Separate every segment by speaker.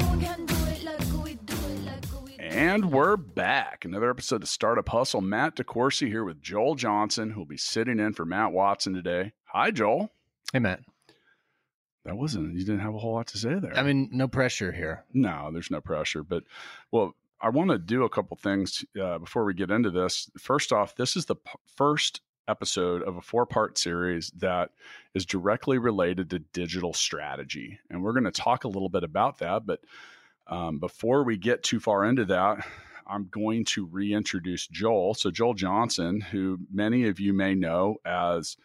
Speaker 1: one can do it like we do it, like we do it.
Speaker 2: And we're back. Another episode of Startup Hustle. Matt DeCourcy here with Joel Johnson, who'll be sitting in for Matt Watson today. Hi, Joel.
Speaker 3: Hey, Matt.
Speaker 2: That wasn't, you didn't have a whole lot to say there.
Speaker 3: I mean, no pressure here.
Speaker 2: no, there's no pressure. But, well, I want to do a couple things uh, before we get into this. First off, this is the p- first episode of a four part series that is directly related to digital strategy. And we're going to talk a little bit about that. But um, before we get too far into that, I'm going to reintroduce Joel. So, Joel Johnson, who many of you may know as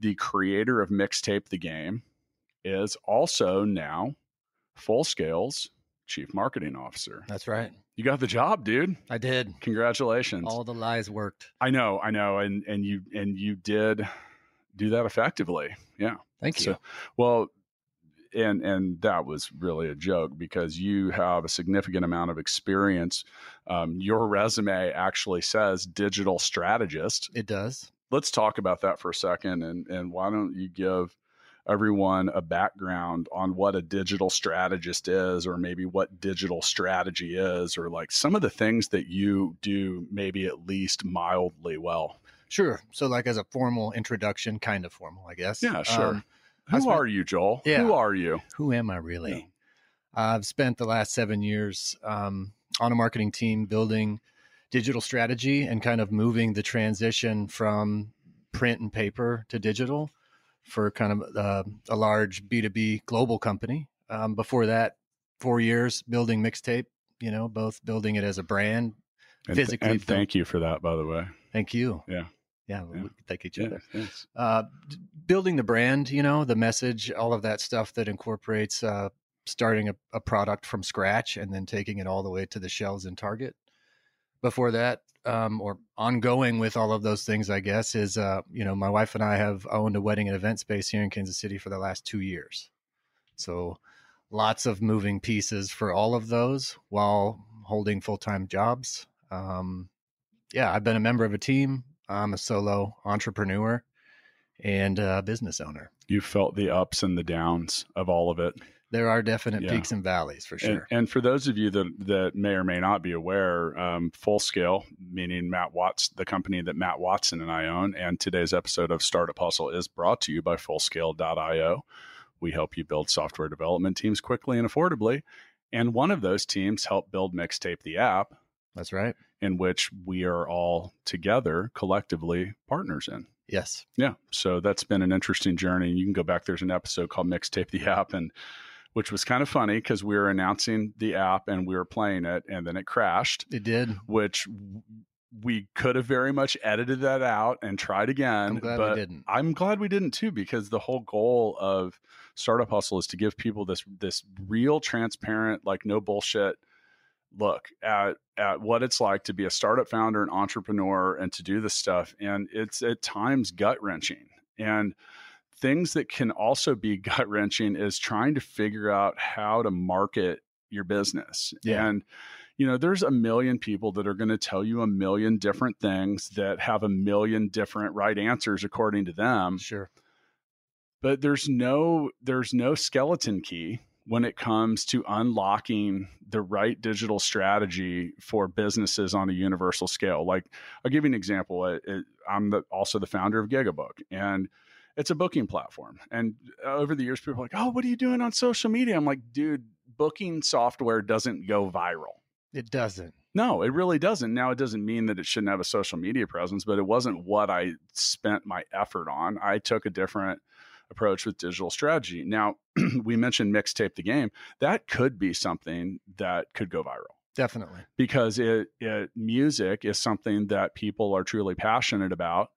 Speaker 2: the creator of Mixtape the Game, is also now Full Scale's chief marketing officer.
Speaker 3: That's right.
Speaker 2: You got the job, dude.
Speaker 3: I did.
Speaker 2: Congratulations.
Speaker 3: All the lies worked.
Speaker 2: I know, I know, and and you and you did do that effectively. Yeah.
Speaker 3: Thank you.
Speaker 2: So- Well, and and that was really a joke because you have a significant amount of experience. Um, your resume actually says digital strategist.
Speaker 3: it does.
Speaker 2: Let's talk about that for a second, and and why don't you give everyone a background on what a digital strategist is or maybe what digital strategy is or like some of the things that you do maybe at least mildly well
Speaker 3: Sure. So, like, as a formal introduction, kind of formal, I guess.
Speaker 2: Yeah, sure.
Speaker 3: Um, I
Speaker 2: who
Speaker 3: spent-
Speaker 2: are you joel
Speaker 3: Yeah.
Speaker 2: who are you
Speaker 3: who am I really? I've spent the last seven years um, on a marketing team building digital strategy and kind of moving the transition from print and paper to digital for kind of uh, a large B2B global company. Um, before that, four years building mixtape, you know, both building it as a brand.
Speaker 2: And th-
Speaker 3: Physically
Speaker 2: and
Speaker 3: fit.
Speaker 2: thank you for that by the way
Speaker 3: Thank you.
Speaker 2: Yeah.
Speaker 3: Yeah.
Speaker 2: Yeah.
Speaker 3: We thank each
Speaker 2: yeah,
Speaker 3: other.
Speaker 2: thanks.
Speaker 3: Uh, d- building the brand, you know, the message, all of that stuff that incorporates uh, starting a, a product from scratch and then taking it all the way to the shelves in Target. Before that, um, or ongoing with all of those things, I guess, is, uh, you know, my wife and I have owned a wedding and event space here in Kansas City for the last two years. So lots of moving pieces for all of those while holding full time jobs. Um, yeah, I've been a member of a team. I'm a solo entrepreneur and uh, business owner.
Speaker 2: you felt the ups and the downs of all of it
Speaker 3: There are definite
Speaker 2: Yeah.
Speaker 3: peaks and valleys for
Speaker 2: And-
Speaker 3: sure.
Speaker 2: And, for those of you that that may or may not be aware, um, Full Scale, meaning Matt Watts, the company that Matt Watson and I own, and today's episode of Startup Hustle is brought to you by FullScale.io. We help you build software development teams quickly and affordably. And one of those teams helped build Mixtape the app,
Speaker 3: That's right.
Speaker 2: in which we are all together collectively partners in.
Speaker 3: Yes.
Speaker 2: Yeah. So that's been an interesting journey. You can go back. There's an episode called Mixtape the App, and which was kind of funny because we were announcing the app and we were playing it, and then it crashed,
Speaker 3: It did.
Speaker 2: which w- we could have very much edited that out and tried again.
Speaker 3: I'm glad
Speaker 2: but
Speaker 3: we didn't.
Speaker 2: I'm glad we didn't too, because the whole goal of Startup Hustle is to give people this this real, transparent, like no bullshit look at at what it's like to be a startup founder and entrepreneur and to do this stuff. And it's at times gut wrenching. And things that can also be gut wrenching is trying to figure out how to market your business.
Speaker 3: Yeah.
Speaker 2: And you know, there's a million people that are going to tell you a million different things that have a million different right answers according to them,
Speaker 3: Sure.
Speaker 2: but there's no there's no skeleton key when it comes to unlocking the right digital strategy for businesses on a universal scale. Like I'll give you an example. I- I- I'm the, also the founder of Gigabook, and it's a booking platform. And over the years, people are like, "Oh, what are you doing on social media?" I'm like, "Dude, booking software doesn't go viral."
Speaker 3: It doesn't.
Speaker 2: No, it really doesn't. Now, it doesn't mean that it shouldn't have a social media presence, but it wasn't what I spent my effort on. I took a different approach with digital strategy. Now, we mentioned mixtape the game. That could be something that could go viral
Speaker 3: Definitely.
Speaker 2: because it, it music is something that people are truly passionate about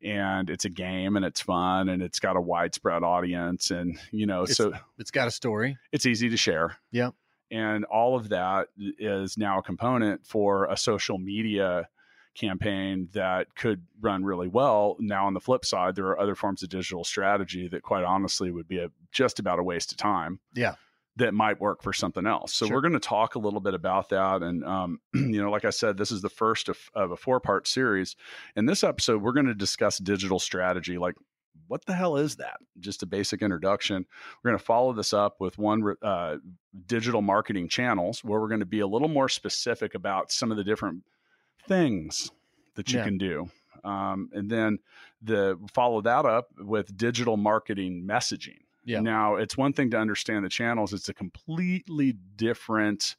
Speaker 2: and it's a game and it's fun and it's got a widespread audience and you know
Speaker 3: It's-
Speaker 2: so
Speaker 3: It's got a story.
Speaker 2: it's easy to share.
Speaker 3: Yep.
Speaker 2: And all of that is now a component for a social media campaign that could run really well. Now, on the flip side, there are other forms of digital strategy that, quite honestly, would be a, just about a waste of time.
Speaker 3: Yeah.
Speaker 2: That might work for something else. So
Speaker 3: Sure.
Speaker 2: we're going to talk a little bit about that, and um, you know, like I said, this is the first of, of a four-part series. In this episode, we're going to discuss digital strategy, like what the hell is that? Just a basic introduction. We're going to follow this up with one uh, digital marketing channels where we're going to be a little more specific about some of the different things that you
Speaker 3: Yeah.
Speaker 2: can do. Um, and then the follow that up with digital marketing messaging.
Speaker 3: Yeah.
Speaker 2: Now it's one thing to understand the channels; it's a completely different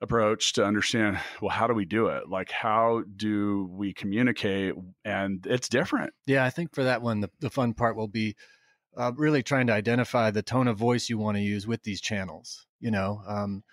Speaker 2: approach to understand. Well, how do we do it? Like, how do we communicate? And it's different.
Speaker 3: Yeah, I think for that one, the, the fun part will be uh, really trying to identify the tone of voice you want to use with these channels. You know, um,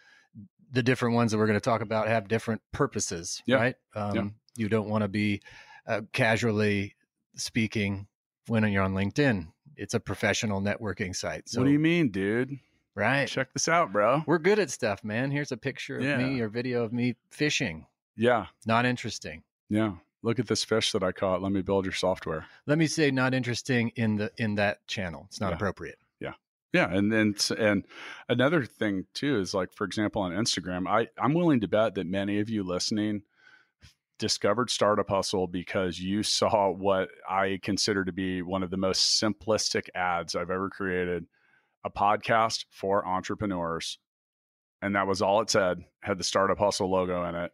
Speaker 3: the different ones that we're going to talk about have different purposes,
Speaker 2: Yeah.
Speaker 3: right? Um, You don't want to be uh, casually speaking when you're on LinkedIn. It's a professional networking site. So,
Speaker 2: what do you mean, dude?
Speaker 3: right?
Speaker 2: Check this out, bro.
Speaker 3: We're good at stuff, man. Here's a picture of
Speaker 2: Yeah.
Speaker 3: me or video of me fishing.
Speaker 2: Yeah,
Speaker 3: Not interesting.
Speaker 2: yeah. Look at this fish that I caught. Let me build your software.
Speaker 3: Let me say, not interesting in the in that channel. It's not
Speaker 2: Yeah.
Speaker 3: appropriate.
Speaker 2: Yeah, and then and another thing too is like for example on Instagram, I I'm willing to bet that many of you listening discovered Startup Hustle because you saw what I consider to be one of the most simplistic ads I've ever created, a podcast for entrepreneurs. And that was all it said, had the Startup Hustle logo in it.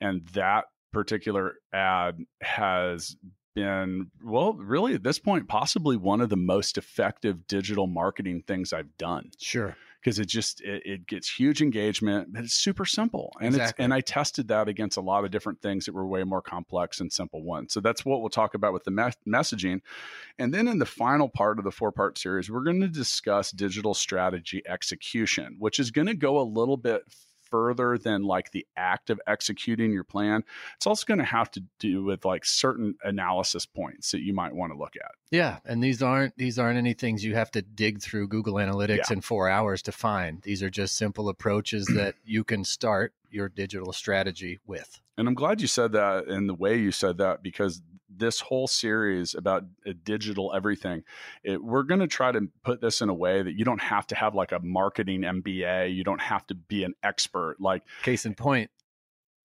Speaker 2: And that particular ad has been, well, really at this point, possibly one of the most effective digital marketing things I've done
Speaker 3: Sure.
Speaker 2: because it just it, it gets huge engagement but it's super simple and it's
Speaker 3: Exactly.
Speaker 2: and i tested that against a lot of different things that were way more complex and simple ones so that's what we'll talk about with the me- messaging and then in the final part of the four part series we're going to discuss digital strategy execution which is going to go a little bit further than like the act of executing your plan it's also going to have to do with like certain analysis points that you might want to look at
Speaker 3: Yeah, and these aren't these aren't any things you have to dig through Google Analytics in 4 hours to find. These are just simple approaches that you can start your digital strategy with.
Speaker 2: And I'm glad you said that and the way you said that because this whole series about uh, digital everything, it, we're going to try to put this in a way that you don't have to have like a marketing MBA. You don't have to be an expert. Like,
Speaker 3: Case in point,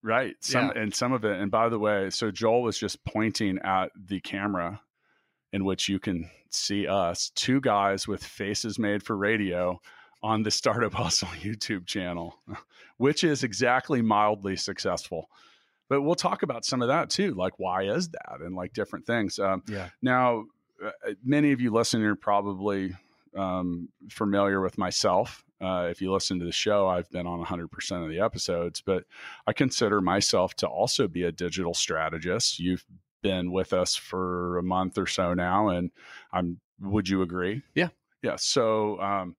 Speaker 2: right. Some, And some of it. And by the way, so Joel was just pointing at the camera in which you can see us, two guys with faces made for radio on the Startup Hustle YouTube channel, which is exactly mildly successful. But we'll talk about some of that too, like why is that, and like different things. Um,
Speaker 3: Yeah.
Speaker 2: Now, uh, many of you listening are probably um, familiar with myself. Uh, if you listen to the show, I've been on 100% of the episodes, but I consider myself to also be a digital strategist. You've been with us for a month or so now, and I'm. Would you agree?
Speaker 3: Yeah.
Speaker 2: Yeah. So, um,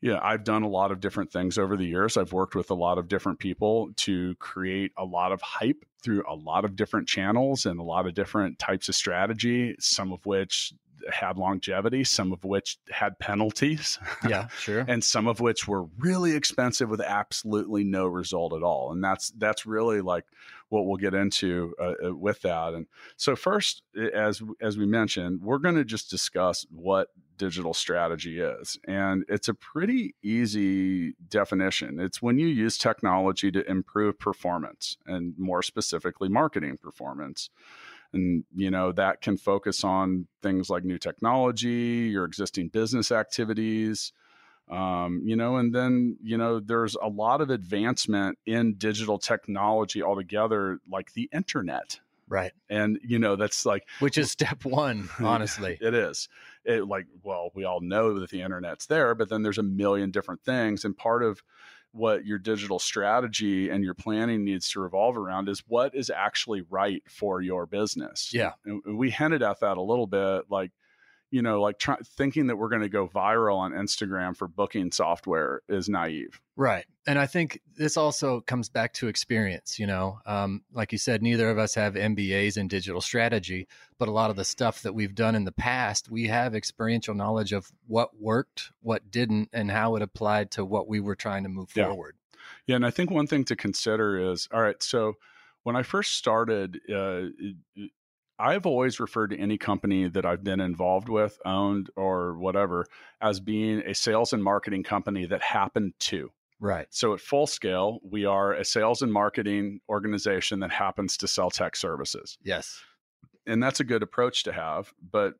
Speaker 2: yeah, I've done a lot of different things over the years. I've worked with a lot of different people to create a lot of hype through a lot of different channels and a lot of different types of strategy, some of which had longevity, some of which had penalties,
Speaker 3: yeah, sure.
Speaker 2: and some of which were really expensive with absolutely no result at all. And that's that's really like what we'll get into uh, uh, with that. And so first, i- as as we mentioned, we're going to just discuss what digital strategy is, and it's a pretty easy definition. It's when you use technology to improve performance, and more specifically, marketing performance. And you know that can focus on things like new technology, your existing business activities, um, you know, and then, you know, there's a lot of advancement in digital technology altogether, like the internet.
Speaker 3: right.
Speaker 2: And, you know, that's like,
Speaker 3: Which is step 1, honestly.
Speaker 2: it is. It like, well, we all know that the internet's there, but then there's a million different things. And part of what your digital strategy and your planning needs to revolve around is what is actually right for your business.
Speaker 3: Yeah.
Speaker 2: And and we hinted at that a little bit, like, you know, like try, thinking that we're going to go viral on Instagram for booking software is naive.
Speaker 3: Right. And I think this also comes back to experience, you know. Um, like you said, neither of us have MBAs in digital strategy, but a lot of the stuff that we've done in the past, we have experiential knowledge of what worked, what didn't, and how it applied to what we were trying to move
Speaker 2: Yeah.
Speaker 3: forward.
Speaker 2: Yeah. And I think one thing to consider is all right, so when I first started, uh, it- I've always referred to any company that I've been involved with, owned, or whatever, as being a sales and marketing company that happened to.
Speaker 3: Right.
Speaker 2: So at full scale, we are a sales and marketing organization that happens to sell tech services
Speaker 3: Yes.
Speaker 2: and that's a good approach to have but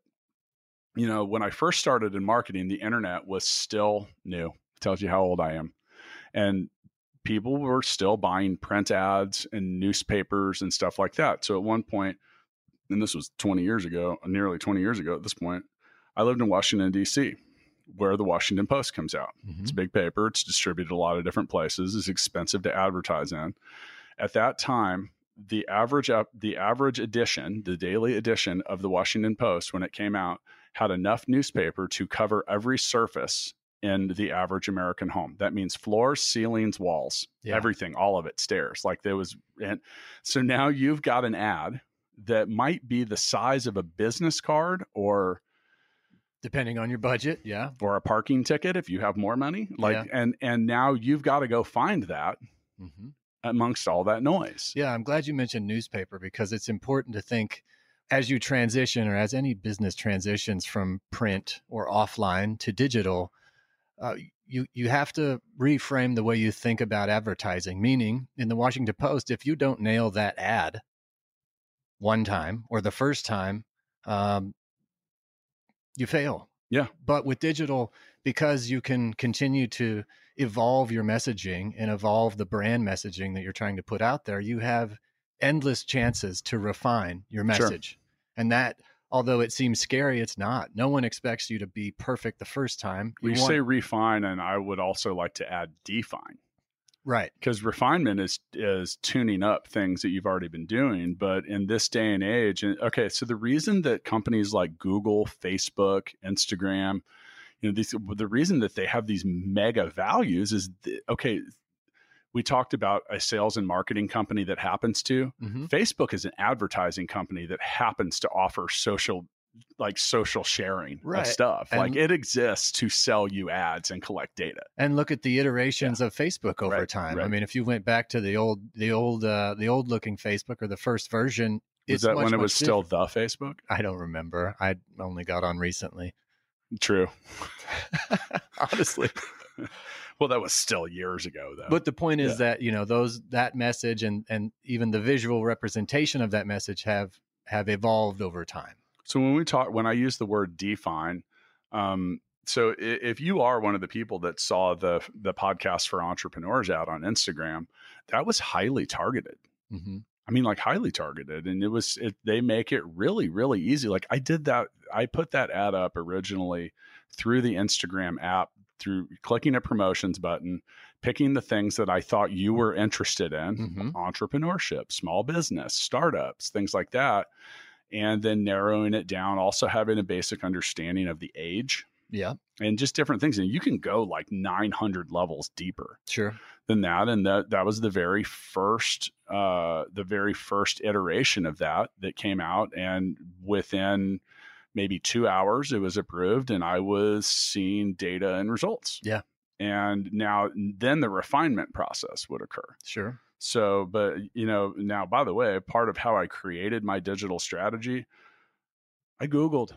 Speaker 2: you know when i first started in marketing the internet was still new tells you how old i am and people were still buying print ads and newspapers and stuff like that so at one point and this was 20 years ago nearly 20 years ago at this point i lived in washington d.c where the washington post comes out
Speaker 4: Mm-hmm.
Speaker 2: it's a big paper. It's distributed a lot of different places. It's expensive to advertise in. At that time, the average up the average edition, the daily edition of the Washington Post when it came out, had enough newspaper to cover every surface in the average American home. That means floors, ceilings, walls,
Speaker 3: Yeah.
Speaker 2: everything, all of it, stairs. Like there was and so now you've got an ad that might be the size of a business card or
Speaker 3: Depending on your budget. Yeah.
Speaker 2: or a parking ticket if you have more money like
Speaker 3: Yeah.
Speaker 2: and and now you've got to go find that
Speaker 3: Mm-hmm.
Speaker 2: amongst all that noise
Speaker 3: Yeah, I'm glad you mentioned newspaper because it's important to think as you transition or as any business transitions from print or offline to digital, uh, you you have to reframe the way you think about advertising. Meaning, in the Washington Post, if you don't nail that ad one time or the first time, um, you fail.
Speaker 2: Yeah.
Speaker 3: But with digital, because you can continue to evolve your messaging and evolve the brand messaging that you're trying to put out there, you have endless chances to refine your
Speaker 2: Sure.
Speaker 3: message. And that, although it seems scary, it's not. No one expects you to be perfect the first time.
Speaker 2: we
Speaker 3: want-
Speaker 2: say refine and i would also like to add define
Speaker 3: right.
Speaker 2: because refinement is is tuning up things that you've already been doing but in this day and age and okay so the reason that companies like google facebook instagram you know these the reason that they have these mega values is th- okay we talked about a sales and marketing company that happens to
Speaker 3: hmm
Speaker 2: Facebook is an advertising company that happens to offer social like social sharing
Speaker 3: Right.
Speaker 2: of stuff.
Speaker 3: And-
Speaker 2: like it exists to sell you ads and collect data.
Speaker 3: And look at the iterations of Facebook over
Speaker 2: Right,
Speaker 3: time. I
Speaker 2: right.
Speaker 3: mean, if you went back to the old, the old, uh, the old looking Facebook or the first version,
Speaker 2: Is
Speaker 3: it's
Speaker 2: that
Speaker 3: much,
Speaker 2: when it
Speaker 3: much
Speaker 2: was
Speaker 3: different.
Speaker 2: still the Facebook?
Speaker 3: I don't remember. I only got on recently.
Speaker 2: True. Honestly. well, that was still years ago though.
Speaker 3: But the point is
Speaker 2: Yeah.
Speaker 3: that you know those that message and and even the visual representation of that message have have evolved over time.
Speaker 2: So when we talk, when I use the word define, um, so i- if you are one of the people that saw the the podcast for entrepreneurs out on Instagram, that was highly targeted.
Speaker 3: Mm-hmm.
Speaker 2: I mean, like highly targeted, and it was it, they make it really, really easy. Like I did that, I put that ad up originally through the Instagram app through clicking a promotions button, picking the things that I thought you were interested in,
Speaker 3: Mm-hmm.
Speaker 2: entrepreneurship, small business, startups, things like that, and then narrowing it down. Also having a basic understanding of the age
Speaker 3: Yeah,
Speaker 2: and just different things, and you can go like nine hundred levels deeper
Speaker 3: sure.
Speaker 2: than that and that that was the very first uh the very first iteration of that that came out and within maybe 2 hours it was approved and I was seeing data and results.
Speaker 3: Yeah.
Speaker 2: And now then the refinement process would occur.
Speaker 3: Sure.
Speaker 2: So, but you know, now by the way, part of how I created my digital strategy, I Googled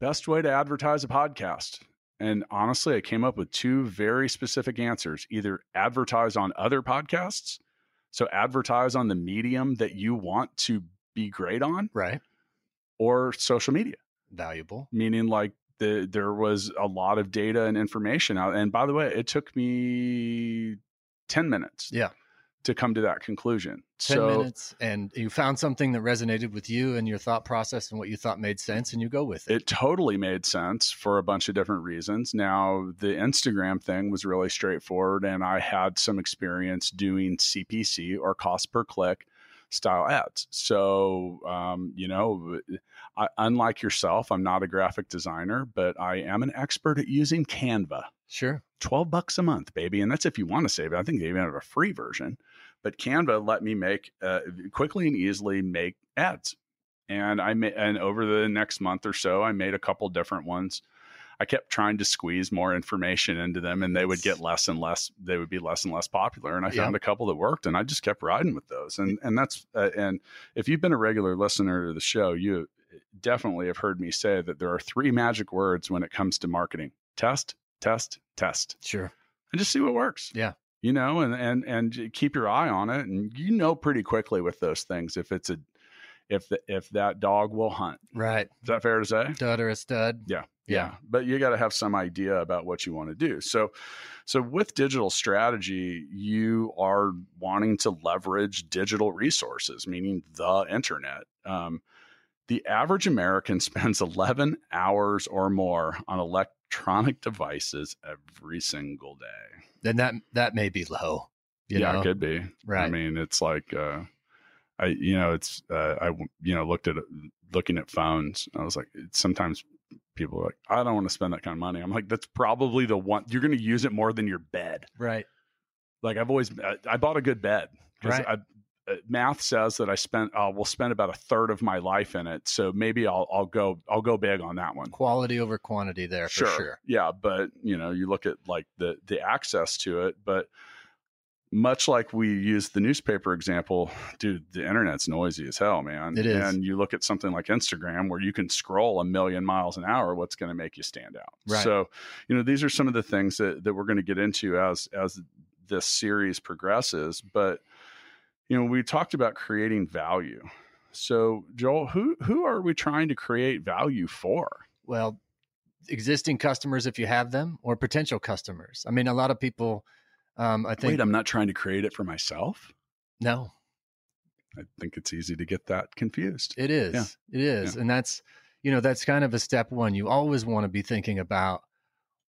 Speaker 2: best way to advertise a podcast. And honestly, I came up with two very specific answers either advertise on other podcasts, so advertise on the medium that you want to be great on,
Speaker 3: Right.
Speaker 2: or social media
Speaker 3: Valuable.
Speaker 2: meaning like the there was a lot of data and information out. And by the way, it took me ten minutes.
Speaker 3: Yeah.
Speaker 2: To come to that conclusion.
Speaker 3: 10
Speaker 2: so
Speaker 3: minutes and you found something that resonated with you and your thought process and what you thought made sense and you go with it.
Speaker 2: it totally made sense for a bunch of different reasons. Now the Instagram thing was really straightforward and I had some experience doing CPC or cost per click style ads. So um, you know, I, unlike yourself, I'm not a graphic designer, but I am an expert at using Canva.
Speaker 3: Sure.
Speaker 2: 12 bucks a month, baby. And that's if you want to save it. I think they even have a free version. But Canva let me make uh, quickly and easily make ads. And I made, and over the next month or so, I made a couple different ones. I kept trying to squeeze more information into them and they would get less and less, they would be less and less popular. And I
Speaker 3: Yeah. Mm.
Speaker 2: found a couple that worked and I just kept riding with those. And, and that's, uh, and if you've been a regular listener to the show, you uh, definitely have heard me say that there are three magic words when it comes to marketing test, test, test
Speaker 3: Sure.
Speaker 2: and just see what works.
Speaker 3: Yeah.
Speaker 2: You know, and and and j- keep your eye on it, and you know pretty quickly with those things if it's a if the, if that dog will hunt.
Speaker 3: Right.
Speaker 2: Is that fair to say?
Speaker 3: Dud or a stud.
Speaker 2: Yeah.
Speaker 3: Yeah.
Speaker 2: But you got to have some idea about what you want to do. So so with digital strategy, you are wanting to leverage digital resources, meaning the internet. Um, the average American spends 11 hours or more on electronic devices every single day.
Speaker 3: Then that that may be low. You
Speaker 2: yeah,
Speaker 3: know?
Speaker 2: it could be. I
Speaker 3: Right.
Speaker 2: mean, it's like uh, I, you know, it's uh, I, w- you know, looked at looking at phones. I was like, it's- sometimes people are like, I don't want to spend that kind of money. I'm like, that's probably the one you're going to use it more than your bed.
Speaker 3: Right.
Speaker 2: Like I've always, I, I bought a good bed because
Speaker 3: Right.
Speaker 2: I, uh, math says that I spent, uh, will spend about a third of my life in it. So maybe I'll, I'll go, I'll go big on that one.
Speaker 3: Quality over quantity there for sure.
Speaker 2: Yeah, but you know, you look at like the the access to it, but much like we use the newspaper example, dude, the internet's noisy as hell, man.
Speaker 3: It is.
Speaker 2: And you look at something like Instagram where you can scroll a million miles an hour, what's going to make you stand out?
Speaker 3: Right.
Speaker 2: So, you know, these are some of the things that that we're going to get into as as this series progresses, but you know, we talked about creating value. So, Joel, who who are we trying to create value for?
Speaker 3: well existing customers if you have them or potential customers i mean a lot of people um i think
Speaker 2: Wait, I'm not trying to create it for myself.
Speaker 3: no
Speaker 2: I think it's easy to get that confused.
Speaker 3: it is it is and that's you know that's kind of a step one you always want to be thinking about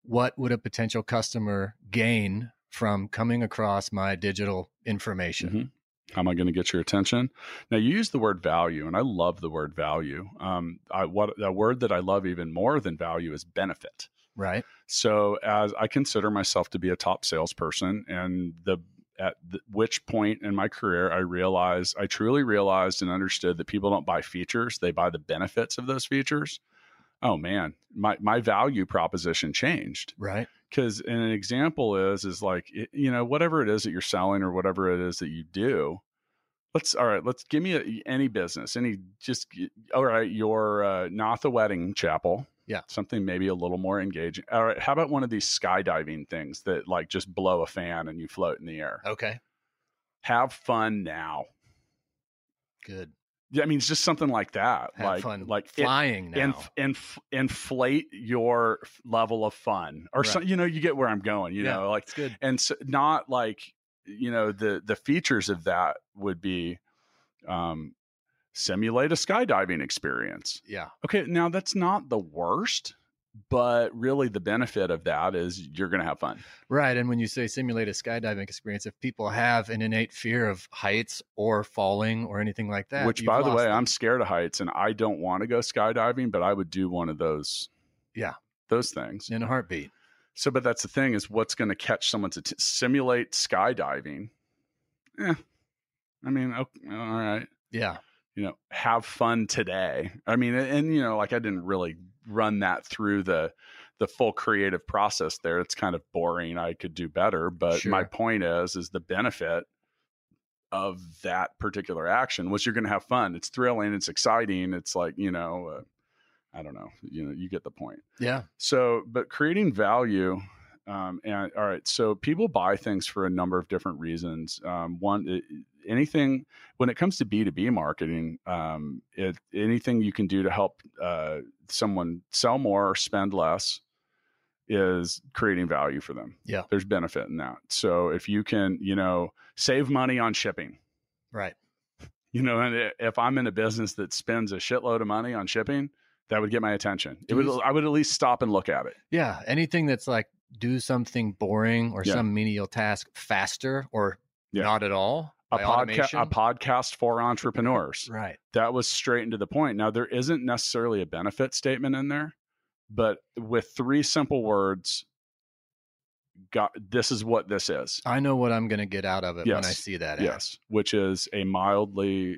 Speaker 3: what would a potential customer gain from coming across my digital information
Speaker 2: Mhm. How am I going to get your attention? Now, you use the word value, and I love the word value. Um, I, what a word that I love even more than value is benefit.
Speaker 3: right
Speaker 2: So, as I consider myself to be a top salesperson, and the at the, which point in my career I realized, I truly realized and understood that people don't buy features; they buy the benefits of those features. Oh man, my my value proposition changed.
Speaker 3: right
Speaker 2: because an example is is like it, you know whatever it is that you're selling or whatever it is that you do let's all right let's give me a, any business any just all right your uh, not the wedding chapel
Speaker 3: Yeah.
Speaker 2: something maybe a little more engaging all right how about one of these skydiving things that like just blow a fan and you float in the air
Speaker 3: okay
Speaker 2: have fun now
Speaker 3: good
Speaker 2: yeah i mean it's just something like that
Speaker 3: have
Speaker 2: like
Speaker 3: fun
Speaker 2: like it-
Speaker 3: flying now
Speaker 2: Inf- inf- inflate your f- level of fun or
Speaker 3: Right.
Speaker 2: some, you know you get where i'm going you
Speaker 3: Yeah.
Speaker 2: know like
Speaker 3: it's good
Speaker 2: and so not like you know the the features of that would be um simulate a skydiving experience
Speaker 3: yeah
Speaker 2: okay now that's not the worst but really the benefit of that is you're gonna have fun
Speaker 3: Right. And when you say simulate a skydiving experience, if people have an innate fear of heights or falling or anything like that,
Speaker 2: which
Speaker 3: you've
Speaker 2: by the
Speaker 3: lost
Speaker 2: way
Speaker 3: them.
Speaker 2: i'm scared of heights and i don't want to go skydiving but i would do one of those
Speaker 3: Yeah.
Speaker 2: those things
Speaker 3: in a heartbeat.
Speaker 2: so but that's the thing is what's going to catch someone to simulate skydiving eh, i mean okay, all right
Speaker 3: Yeah.
Speaker 2: you know have fun today i mean and, and, you know like i didn't really run that through the the full creative process there it's kind of boring i could do better but my
Speaker 3: Sure.
Speaker 2: point is is the benefit of that particular action was you're going to have fun it's thrilling it's exciting it's like you know uh, i don't know you know you get the point
Speaker 3: Yeah.
Speaker 2: so, but creating value, um, and all right, so people buy things for a number of different reasons. Um, one, it, anything when it comes to B two B marketing, um, it, anything you can do to help uh, someone sell more or spend less is creating value for them.
Speaker 3: Yeah.
Speaker 2: there's benefit in that. So if you can, you know, save money on shipping.
Speaker 3: Right.
Speaker 2: You know, and i- if I'm in a business that spends a shitload of money on shipping, that would get my attention. It would,
Speaker 3: Dues.
Speaker 2: I would at least stop and look at it.
Speaker 3: Yeah. Anything that's like do something boring or
Speaker 2: Yeah.
Speaker 3: some menial task faster or
Speaker 2: Yeah.
Speaker 3: not at all.
Speaker 2: a
Speaker 3: by
Speaker 2: podcast a
Speaker 3: automation.
Speaker 2: podcast for entrepreneurs
Speaker 3: Right.
Speaker 2: that was straight into the point now there isn't necessarily a benefit statement in there but with three simple words got this is what this is
Speaker 3: I know what I'm going to get out of it when I
Speaker 2: Yes.
Speaker 3: see that. ad.
Speaker 2: yes which is a mildly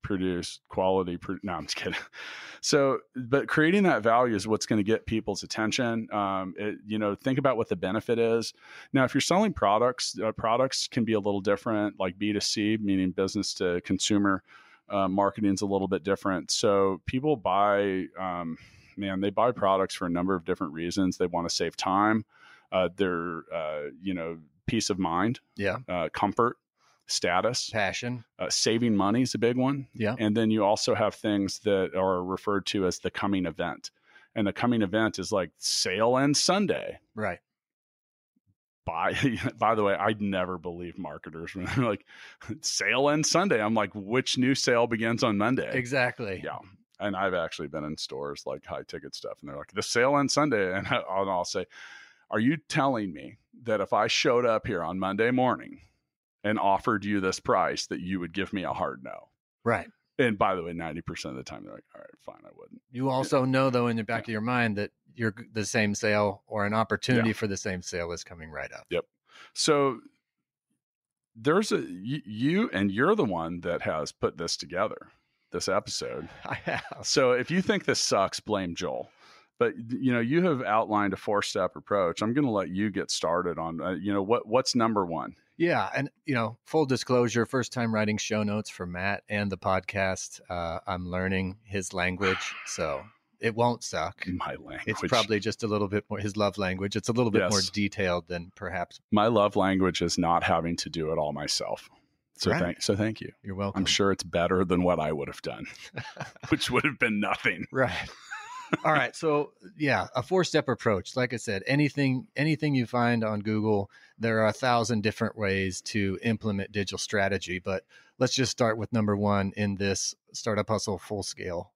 Speaker 2: produce quality. Pro- no, I'm just kidding. So, but creating that value is what's going to get people's attention. Um, it, you know, think about what the benefit is. Now, if you're selling products, uh, products can be a little different, like B2C, meaning business to consumer. Uh, marketing's a little bit different. So people buy, um, man, they buy products for a number of different reasons. They want to save time, uh, their, uh, you know, peace of mind,
Speaker 3: Yeah.
Speaker 2: uh, comfort, status,
Speaker 3: Passion.
Speaker 2: uh, saving money is a big one.
Speaker 3: Yeah.
Speaker 2: And then you also have things that are referred to as the coming event. And the coming event is like sale and Sunday.
Speaker 3: Right.
Speaker 2: By by the way, I'd never believe marketers when they're like sale and Sunday. I'm like, which new sale begins on Monday?
Speaker 3: Exactly.
Speaker 2: Eh, Yeah. And I've actually been in stores like high ticket stuff, and they're like, the sale ends Sunday. And, I, and I'll say, Are you telling me that if I showed up here on Monday morning and offered you this price, that you would give me a hard no?
Speaker 3: Right.
Speaker 2: And by the way, 90% of the time, they're like, All right, fine, I wouldn't.
Speaker 3: You also know though in the back of your mind that you're g- the same sale or an opportunity for the same sale is coming right up.
Speaker 2: So there's a, you, you and you're the one that has put this together, this episode.
Speaker 3: I have.
Speaker 2: So if you think this sucks, blame Joel. But you know, you have outlined a four-step approach. I'm going to let you get started on uh, you know what what's number 1.
Speaker 3: Yeah, and you know, full disclosure, first time writing show notes for Matt and the podcast. Uh, I'm learning his language, so it won't suck.
Speaker 2: My language.
Speaker 3: It's probably just a little bit more his love language. It's a little bit more
Speaker 2: Yes.
Speaker 3: detailed than perhaps.
Speaker 2: my love language is not having to do it all myself. So
Speaker 3: Right.
Speaker 2: thank so thank you.
Speaker 3: You're welcome.
Speaker 2: I'm sure it's better than what I would have done, which would have been nothing.
Speaker 3: Right. All right. So yeah, a four step approach. Like I said, anything anything you find on Google, there are a thousand different ways to implement digital strategy. But let's just start with number one in this startup hustle full scale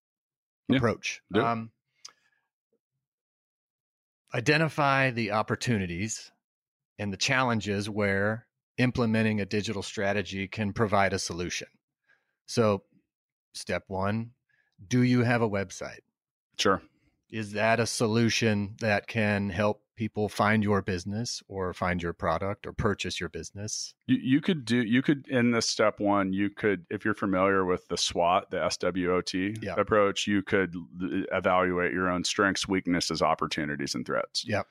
Speaker 2: Yeah.
Speaker 3: approach.
Speaker 2: Do it.
Speaker 3: Um, identify the opportunities and the challenges where implementing a digital strategy can provide a solution. So step one, do you have a website?
Speaker 2: Sure.
Speaker 3: is that a solution that can help people find your business or find your product or purchase your business?
Speaker 2: You, you could do you could in this step one you could if you're familiar with the SWOT the SWOT
Speaker 3: Yeah.
Speaker 2: approach you could l- uh, evaluate your own strengths weaknesses opportunities and threats
Speaker 3: Yep.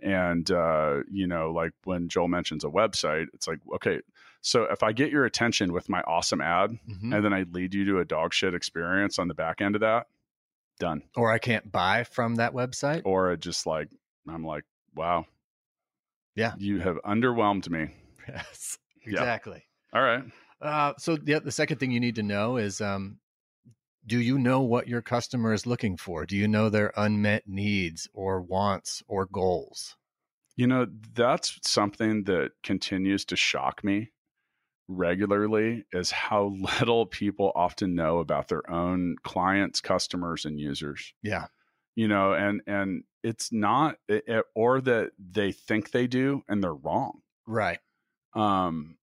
Speaker 2: and uh, you know like when Joel mentions a website it's like okay so if I get your attention with my awesome ad
Speaker 3: Mhm.
Speaker 2: and then I lead you to a dog shit experience on the back end of that done
Speaker 3: Or I can't buy from that website.
Speaker 2: or it just like I'm like wow
Speaker 3: Yeah.
Speaker 2: you have underwhelmed me
Speaker 3: Yes,
Speaker 2: Yeah.
Speaker 3: exactly.
Speaker 2: all right
Speaker 3: Uh, so the, the second thing you need to know is um, do you know what your customer is looking for? Do you know their unmet needs or wants or goals?
Speaker 2: You know, that's something that continues to shock me regularly is how little people often know about their own clients, customers and users.
Speaker 3: Yeah.
Speaker 2: You know, and and it's not it- it- or that they think they do and they're wrong.
Speaker 3: Right.
Speaker 2: Um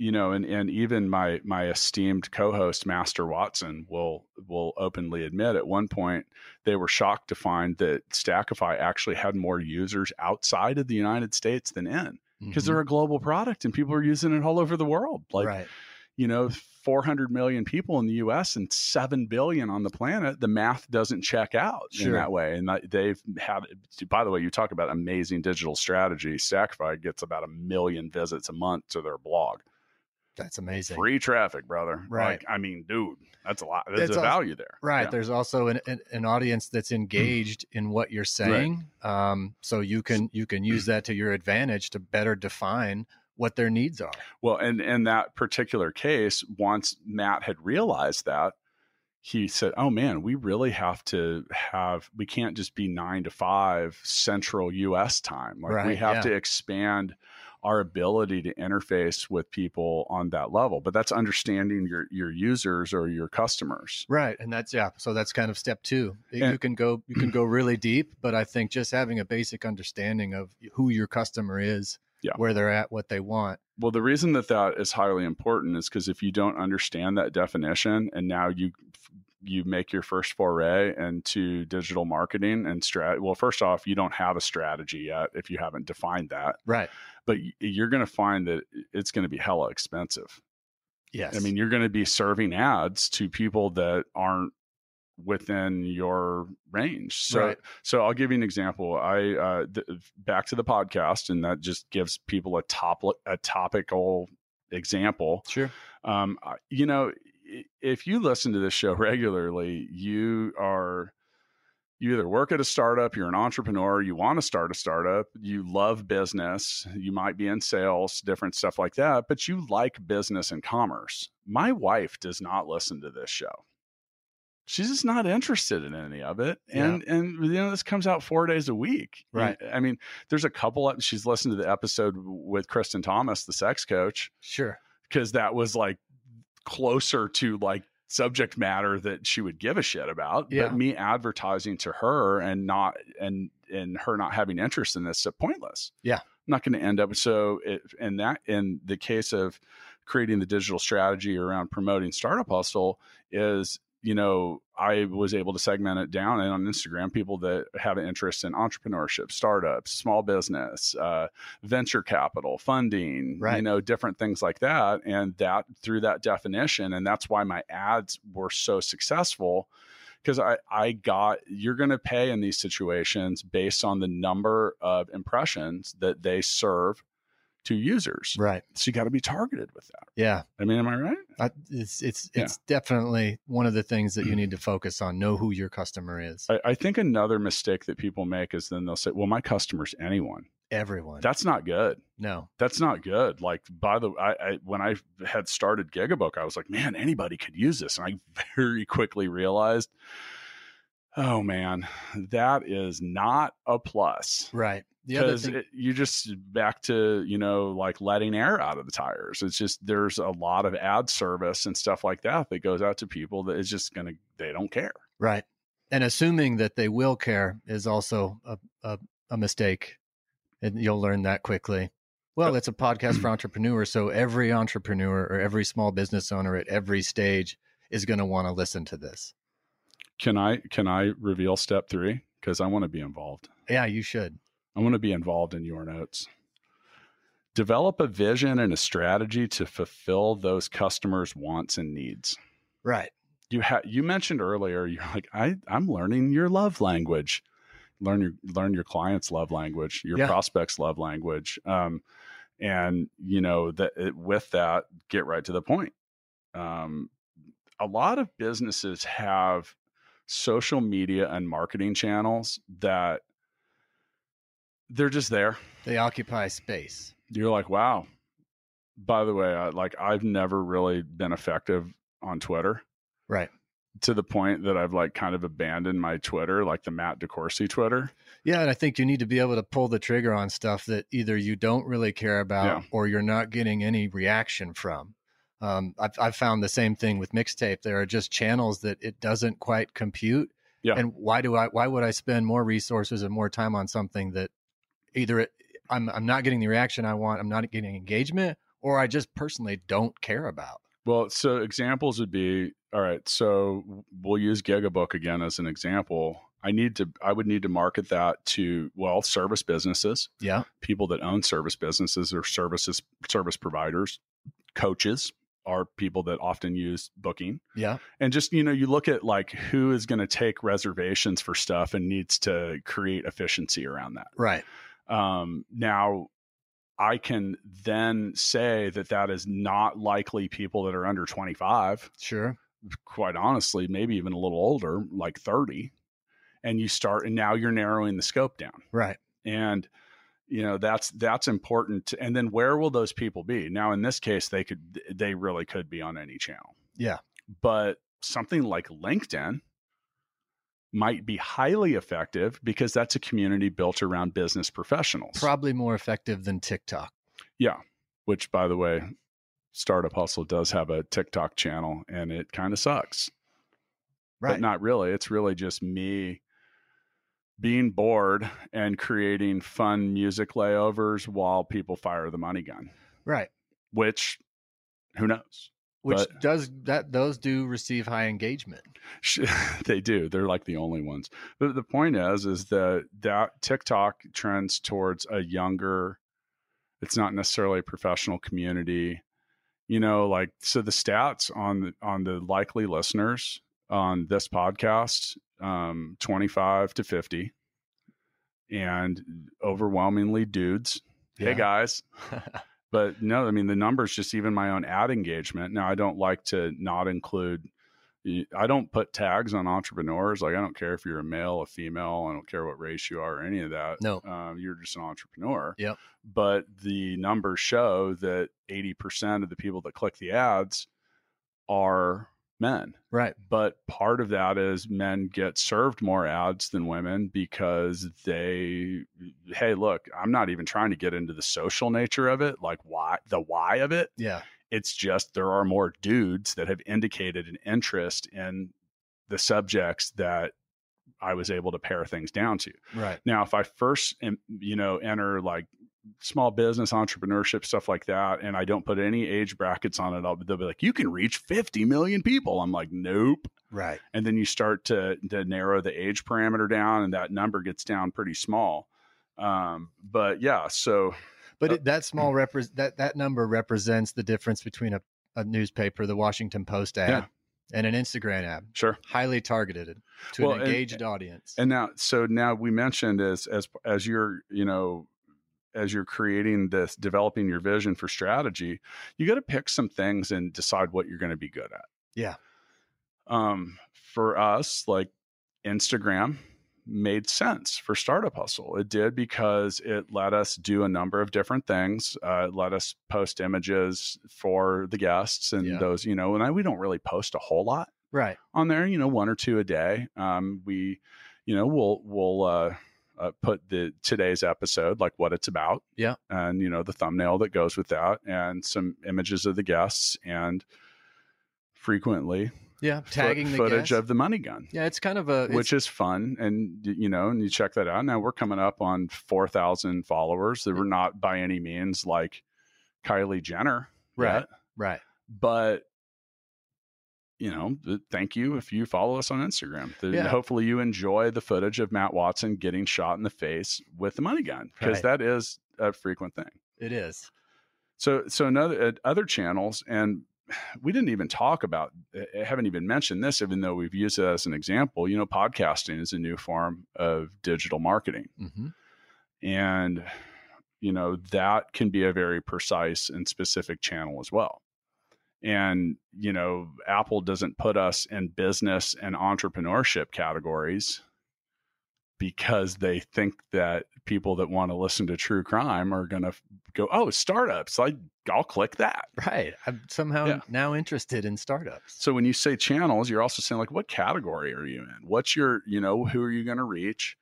Speaker 2: you know, and and even my my esteemed co-host Master Watson will will openly admit at one point they were shocked to find that Stackify actually had more users outside of the United States than in because
Speaker 3: Mhm.
Speaker 2: they're a global product and people are using it all over the world. Like,
Speaker 3: Mm-hmm. right.
Speaker 2: you know, 400 million people in the US and 7 billion on the planet. The math doesn't check out
Speaker 3: Sure.
Speaker 2: in that way. And that- they've had, by the way, you talk about amazing digital strategy. Stackify gets about a million visits a month to their blog.
Speaker 3: That's amazing.
Speaker 2: Free traffic, brother.
Speaker 3: Right.
Speaker 2: Like, I mean, dude, that's a lot. There's
Speaker 3: That's
Speaker 2: a
Speaker 3: also-
Speaker 2: value there.
Speaker 3: Right.
Speaker 2: Yeah.
Speaker 3: There's also an, an, an audience that's engaged in what you're saying. Um, so you can you can use that to your advantage to better define what their needs are.
Speaker 2: Well, and in that particular case, once Matt had realized that, he said, "Oh man, we really have to have. We can't just be nine to five Central U.S. time. Like we
Speaker 3: Right,
Speaker 2: have
Speaker 3: yeah.
Speaker 2: to expand our ability to interface with people on that level. But that's understanding your your users or your customers.
Speaker 3: Right. And that's yeah. So that's kind of step two. You-
Speaker 2: And-
Speaker 3: you can go you can go really deep, but I think just having a basic understanding of who your customer is,
Speaker 2: Yeah.
Speaker 3: where they're at, what they want.
Speaker 2: Well, the reason that that is highly important is because if you don't understand that definition, and now you you make your first foray into digital marketing and strat. Well, first off, you don't have a strategy yet if you haven't defined that,
Speaker 3: Right.
Speaker 2: but y- you're going to find that it's going to be hella expensive.
Speaker 3: Yes.
Speaker 2: I mean, you're going to be serving ads to people that aren't within your range. So,
Speaker 3: Right.
Speaker 2: so I'll give you an example. I uh, th- back to the podcast, and that just gives people a top a topical example.
Speaker 3: sure.
Speaker 2: Um, I- you know, i- if you listen to this show regularly, you are you either work at a startup, you're an entrepreneur, you want to start a startup, you love business, you might be in sales, different stuff like that, but you like business and commerce. My wife does not listen to this show. She's just not interested in any of it. And and you know, this comes out four days a week.
Speaker 3: Right.
Speaker 2: I mean, there's a couple of she's listened to the episode with Kristen Thomas, the sex coach
Speaker 3: Sure.
Speaker 2: because that was like closer to like subject matter that she would give a shit about
Speaker 3: Yeah.
Speaker 2: but me advertising to her and not and and her not having interest in this is pointless
Speaker 3: Yeah.
Speaker 2: i'm not going to end up so it, and that in the case of creating the digital strategy around promoting startup hustle is you know i was able to segment it down and on instagram people that have an interest in entrepreneurship startups small business uh, venture capital funding you
Speaker 3: Right.
Speaker 2: know different things like that and that through that definition and that's why my ads were so successful because I, I got you're going to pay in these situations based on the number of impressions that they serve to users
Speaker 3: Right.
Speaker 2: so you got to be targeted with that
Speaker 3: Yeah.
Speaker 2: i mean am i right
Speaker 3: I, it's it's
Speaker 2: Yeah.
Speaker 3: it's definitely one of the things that you need to focus on. Know who your customer is.
Speaker 2: I, I think another mistake that people make is then they'll say well my customer's anyone
Speaker 3: Everyone.
Speaker 2: that's not good
Speaker 3: no.
Speaker 2: that's not good. Like by the I, I when I had started Gigabook, I was like, man, anybody could use this, and I very quickly realized, oh man, that is not a plus
Speaker 3: Right. The other
Speaker 2: because
Speaker 3: thing.
Speaker 2: you just back to you know like letting air out of the tires. It's just there's a lot of ad service and stuff like that that goes out to people that is just gonna they don't care.
Speaker 3: Right. And assuming that they will care is also a, a, a mistake. And you'll learn that quickly. Well, it's a podcast for entrepreneurs. So every entrepreneur or every small business owner at every stage is going to want to listen to this.
Speaker 2: Can I can I reveal step three because I want to be involved.
Speaker 3: Yeah, you should.
Speaker 2: I want to be involved in your notes. Develop a vision and a strategy to fulfill those customers' wants and needs.
Speaker 3: Right.
Speaker 2: You ha- you mentioned earlier, you're like, I, I'm learning your love language. Learn your learn your clients' love language, your
Speaker 3: Yeah.
Speaker 2: prospects' love language. Um, and you know that it- with that, get right to the point. Um, a lot of businesses have social media and marketing channels that they're just there
Speaker 3: They occupy space.
Speaker 2: you're like, wow. By the way, I, like I've never really been effective on Twitter
Speaker 3: Right.
Speaker 2: to the point that I've like kind of abandoned my Twitter, like the Matt DeCourcy Twitter.
Speaker 3: Yeah. And I think you need to be able to pull the trigger on stuff that either you don't really care about
Speaker 2: Yeah.
Speaker 3: or you're not getting any reaction from. Um, I've, I've found the same thing with mixtape. There are just channels that it doesn't quite compute.
Speaker 2: Yeah.
Speaker 3: And why do I, why would I spend more resources and more time on something that either it, I'm, I'm not getting the reaction I want, I'm not getting engagement, or I just personally don't care about?
Speaker 2: Well, so examples would be all right. So we'll use Gigabook again as an example. I need to, I would need to market that to well, service businesses,
Speaker 3: Yeah.
Speaker 2: people that own service businesses or services, service providers, coaches are people that often use Booking.
Speaker 3: Yeah.
Speaker 2: and just you know you look at like who is going to take reservations for stuff and needs to create efficiency around that
Speaker 3: Right.
Speaker 2: um, now i can then say that that is not likely people that are under 25
Speaker 3: Sure.
Speaker 2: quite honestly maybe even a little older like 30 and you start and now you're narrowing the scope down
Speaker 3: Right.
Speaker 2: and you know that's that's important and then where will those people be now in this case they could they really could be on any channel
Speaker 3: Yeah.
Speaker 2: but something like linkedin might be highly effective because that's a community built around business professionals
Speaker 3: Probably more effective than TikTok.
Speaker 2: which by the way startup hustle does have a tiktok channel and it kind of sucks but
Speaker 3: Right.
Speaker 2: not really. It's really just me being bored and creating fun music layovers while people fire the money gun,
Speaker 3: right.
Speaker 2: which who knows?
Speaker 3: which
Speaker 2: but-
Speaker 3: does that those do receive high engagement
Speaker 2: Sh- they do. They're like the only ones. But the point is, is that that TikTok trends towards a younger. It's not necessarily a professional community. you know like so the stats on the on the likely listeners on this podcast um 25 to 50 and overwhelmingly dudes hey guys but no i mean the numbers just even my own ad engagement now i don't like to not include i don't put tags on entrepreneurs like i don't care if you're a male a female i don't care what race you are or any of that
Speaker 3: No.
Speaker 2: um, you're just an entrepreneur
Speaker 3: Yep.
Speaker 2: but the numbers show that 80% of the people that click the ads are men
Speaker 3: right.
Speaker 2: but part of that is men get served more ads than women because they hey look i'm not even trying to get into the social nature of it like why the why of it
Speaker 3: Yeah.
Speaker 2: it's just there are more dudes that have indicated an interest in the subjects that i was able to pare things down to
Speaker 3: Right.
Speaker 2: now, if I first, am- you know, enter like small business entrepreneurship stuff like that, and I don't put any age brackets on it, I'll, they'll be like, "You can reach 50 million people." I'm like, "Nope."
Speaker 3: Right.
Speaker 2: And then you start to to narrow the age parameter down, and that number gets down pretty small. Um, but yeah, so
Speaker 3: But
Speaker 2: Uh,
Speaker 3: it, that small repres that that number represents the difference between a, a newspaper, the Washington Post ad,
Speaker 2: Yeah.
Speaker 3: and an Instagram ad,
Speaker 2: sure.
Speaker 3: highly targeted to
Speaker 2: Well,
Speaker 3: an
Speaker 2: and-
Speaker 3: engaged audience.
Speaker 2: And now, so now we mentioned as as as you're you know as you're creating this, developing your vision for strategy, you got to pick some things and decide what you're going to be good at.
Speaker 3: Yeah.
Speaker 2: Um, for us, like Instagram made sense for Startup Hustle. It did because it let us do a number of different things. Uh, it let us post images for the guests and
Speaker 3: Yeah.
Speaker 2: those, you know, and I, we don't really post a whole lot
Speaker 3: right.
Speaker 2: on there, you know, one or two a day. Um, we, you know, we'll we'll uh, uh, put the today's episode like what it's about,
Speaker 3: Yeah.
Speaker 2: and you know the thumbnail that goes with that, and some images of the guests, and frequently
Speaker 3: Yeah.
Speaker 2: fo-
Speaker 3: Tagging the
Speaker 2: footage
Speaker 3: guest.
Speaker 2: of the money gun.
Speaker 3: yeah, it's kind of a
Speaker 2: Which is fun, and y- you know, and you check that out. Now we're coming up on four thousand followers. That we're not by any means like Kylie Jenner,
Speaker 3: Right.
Speaker 2: yet
Speaker 3: right.
Speaker 2: but you know th- thank you if you follow us on instagram Th-
Speaker 3: Yeah.
Speaker 2: hopefully you enjoy the footage of matt watson getting shot in the face with the money gun because
Speaker 3: Right.
Speaker 2: that is a frequent thing
Speaker 3: It is.
Speaker 2: so so another at other channels and we didn't even talk about uh, haven't even mentioned this even though we've used it as an example you know podcasting is a new form of digital marketing
Speaker 3: Mm-hmm.
Speaker 2: and you know that can be a very precise and specific channel as well and you know apple doesn't put us in business and entrepreneurship categories because they think that people that want to listen to true crime are going to go oh startups like i'll click that
Speaker 3: Right. I'm somehow
Speaker 2: Yeah.
Speaker 3: now interested in startups.
Speaker 2: so when you say channels, you're also saying like, what category are you in? What's your, you know, who are you going to reach?